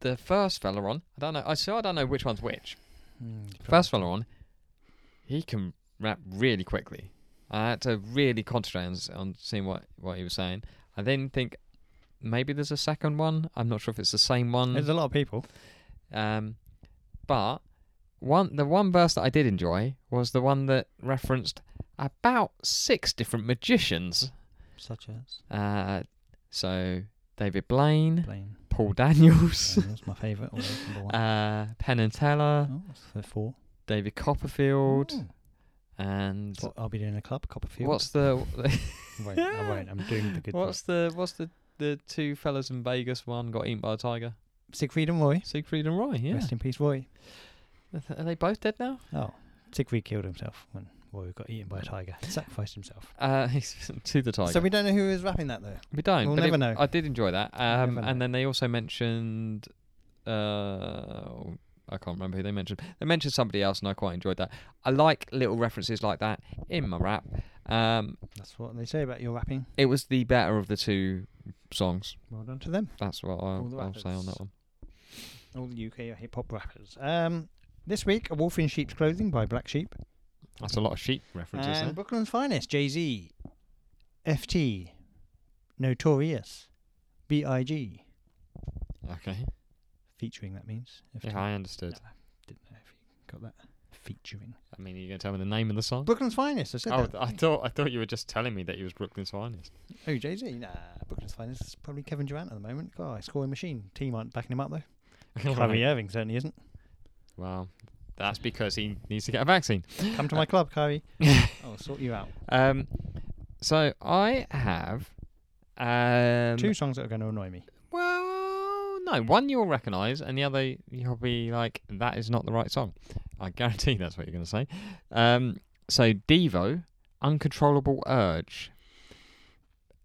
the first fella on, I don't know. I so I don't know which one's which. Hmm, First fella on, he can rap really quickly. I had to really concentrate on, s- on seeing what what he was saying. I then think maybe there's a second one. I'm not sure if it's the same one. There's a lot of people. Um, but one the one verse that I did enjoy was the one that referenced about six different magicians. Such as Uh, so David Blaine, Blaine. Paul Daniels, That's my favourite. Or number one. uh, Penn and Teller, Oh, so four. David Copperfield, Oh, and that's what I'll be doing in a club, Copperfield. what's the Wait, I won't. I'm doing the good what's the what's the the two fellas in Vegas? One got eaten by a tiger. part. Siegfried and Roy. Siegfried and Roy. Yeah, Rest in peace, Roy. are they both dead now? Oh, Siegfried killed himself when Roy got eaten by a tiger. Sacrificed himself. Uh, to the tiger. So we don't know who is rapping that though. We don't. We'll but it- never know. I did enjoy that. Um, never know. and then they also mentioned, uh, oh, I can't remember who they mentioned. They mentioned somebody else, and I quite enjoyed that. I like little references like that in my rap. Um, That's what they say about your rapping. it was the better of the two songs. Well done to them, That's what All I'll, the I'll say on that rappers. one. all the UK hip hop rappers. Um, this week, a wolf in sheep's clothing by Black Sheep, That's a lot of sheep references. and there. Brooklyn's finest, Jay Z, FT, Notorious, B.I.G. Okay. Featuring that means. FT. Yeah, I understood. Didn't know if you got that. Featuring. I mean, are you going to tell me the name of the song? Brooklyn's Finest, I said Oh, that. I thought I thought you were just telling me that he was Brooklyn's finest. Oh, Jay Z? Nah, Brooklyn's Finest is probably Kevin Durant at the moment. God, scoring machine. Team aren't backing him up, though. Kyrie Irving certainly isn't. Well, that's because he needs to get a vaccine. Come to my club, Kyrie. I'll sort you out. Um, so I have um, Two songs that are going to annoy me. Well, no, one you'll recognise, and the other you'll be like, "That is not the right song." I guarantee that's what you're going to say. Um, so Devo, "Uncontrollable Urge."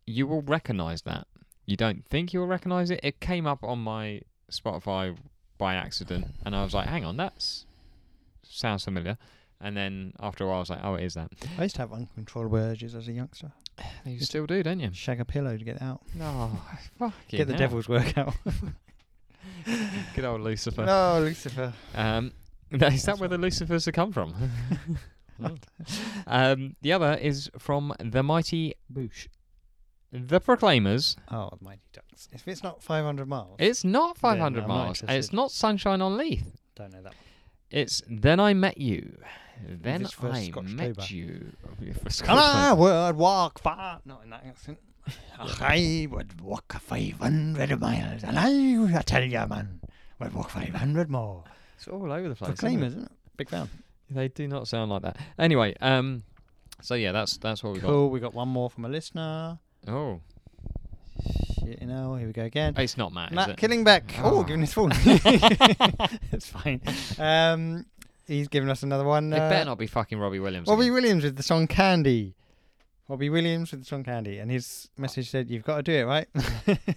You will recognise that. You don't think you'll recognise it. It came up on my Spotify by accident, and I was like, "Hang on, that's sounds familiar." And then after a while, I was like, "Oh, it is that." I used to have uncontrollable urges as a youngster. You It's- still do, don't you? Shag a pillow to get out. No, fucking Get the hell. devil's work out. Good old Lucifer. oh, Lucifer. Um, that, is that where the Lucifers have come from? Hmm. Mm. um, the other is from the mighty Boosh. The Proclaimers. Oh, mighty ducks. If it's not 500 miles, It's not Then 500 I'm not miles, and it's interested. not Sunshine on Leith. don't know that one. It's Then I Met You. Then it's for I Scotch Ah, met Toba. you. For Scotch And I Toba. would walk far. Not in that accent. I would walk 500 miles, and I, I tell you, man, would walk 500 more. It's all over the place. isn't Proclaimers, it? isn't it? Big fan. They do not sound like that. Anyway, um, so yeah, that's that's what we Cool. We got one more from a listener. got. Oh, Shit, you know, here we go again. it's not Matt. Matt is it? Killingback. Oh, Ah. giving his phone. it's fine. Um, he's giving us another one. It uh, better not be fucking Robbie Williams. Robbie again. Williams with the song Candy. Robbie Williams with the song Candy, and his message said, "You've got to do it, right?"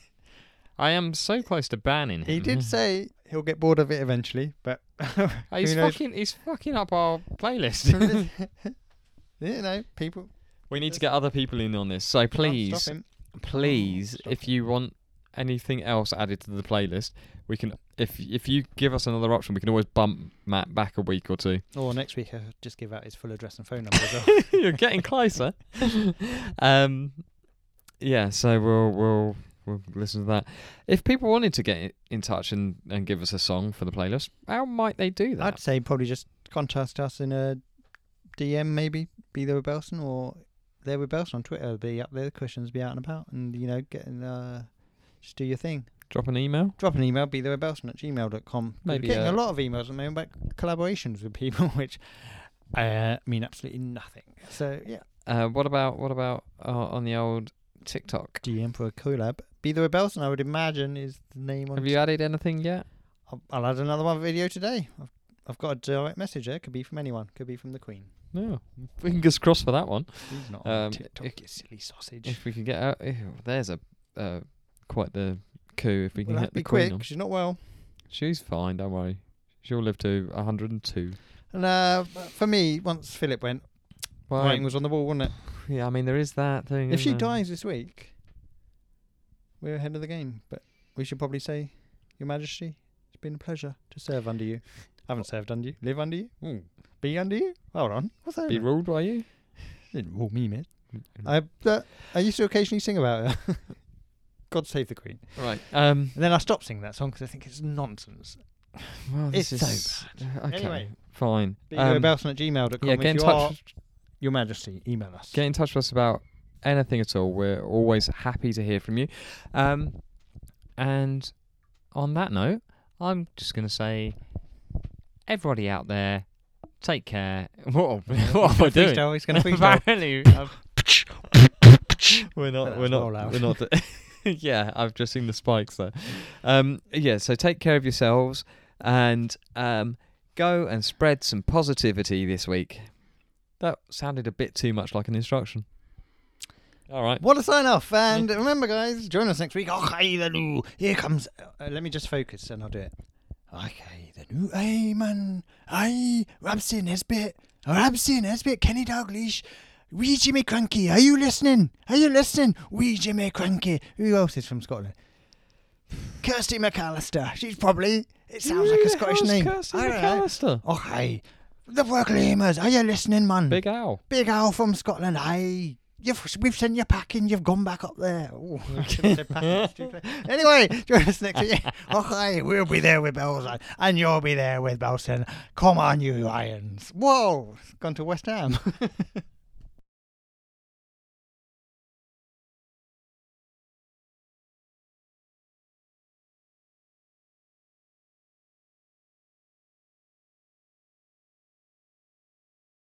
I am so close to banning him. he did say he'll get bored of it eventually, but He's who knows? fucking, he's fucking up our playlist. you know, people. we need to get other people in on this. So can't please, stop him. please, Stop if you want anything else added to the playlist, we can. If if you give us another option, we can always bump Matt back a week or two. Or next week, I'll just give out his full address and phone number as well. You're getting closer. um, yeah, so we'll we'll we'll listen to that. If people wanted to get i- in touch and, and give us a song for the playlist, how might they do I'd that? say probably just contact us in a DM, maybe be there with Belson or there with Belson on Twitter. Be up there, the questions be out and about, and you know, getting uh, just do your thing. Drop an email. Drop an email, be there with Belson at gmail.com. Maybe, We're getting uh, a lot of emails at the moment about collaborations with people, which uh, mean absolutely nothing. So yeah, Uh, what about what about uh, on the old TikTok? DM for a collab. Be there with Belson, I would imagine, is the name on. Have you added anything yet? I'll, I'll add another one video today. I've, I've got a direct message there. Could be from anyone. Could be from the Queen. No. Fingers crossed for that one. He's not Um, on TikTok, if- you silly sausage. If we can get out, ew, there's a uh, quite the coup. If we can Well, get that'd the be queen quick. on, She's not well. she's fine. Don't worry. She'll live to 102. And uh, but for me, once Philip went, Well, writing was on the wall, wasn't it? yeah, I mean there is that thing. If she isn't there? dies this week, we're ahead of the game. But we should probably say, Your Majesty, it's been a pleasure to serve under you. I haven't served under you. Live under you. Oh. Ooh. Be under you. Hold on. What's that? be ruled by you. Didn't rule me, mate. I, uh, I used to occasionally sing about her. God save the Queen. Right. Um. And then I stopped singing that song because I think it's nonsense. Well, this It's is so okay. Anyway. Fine. Be Um, Belson at gmail.com. yeah, if get in you Are touch. Your Majesty, email us. Get in touch with us about anything at all. We're always happy to hear from you. Um. And on that note, I'm just gonna say, everybody out there, take care. What, what am I doing? freestyle. He's going to freestyle. Apparently, I've- we're not. That's We're all not. out. We're not. yeah, I've just seen the spikes there. Um, yeah, so take care of yourselves and um, go and spread some positivity this week. That sounded a bit too much like an instruction. All right. What a sign off! And remember, guys, join us next week. Okay, the new here comes. Uh, let me just focus, and I'll do it. Okay, the new. Hey man, hey Ramsey Nesbitt, Ramsey Nesbitt, Kenny Dalglish, we Jimmy Cranky. Are you listening? Are you listening? We Jimmy Cranky. Who else is from Scotland? Kirsty McAllister. She's probably. It sounds like a Scottish How's name. Kirsty I don't know. McAllister? Okay, the Proclaimers. Are you listening, man? Big Al. Big Al from Scotland. Hey, you've, we've sent you packing. You've gone back up there. Ooh, I shouldn't have said packing, it's too close. anyway, join us next week. Okay, Oh, we'll be there with Belson, and you'll be there with Belson. Come on, you Lions. Whoa, it's gone to West Ham.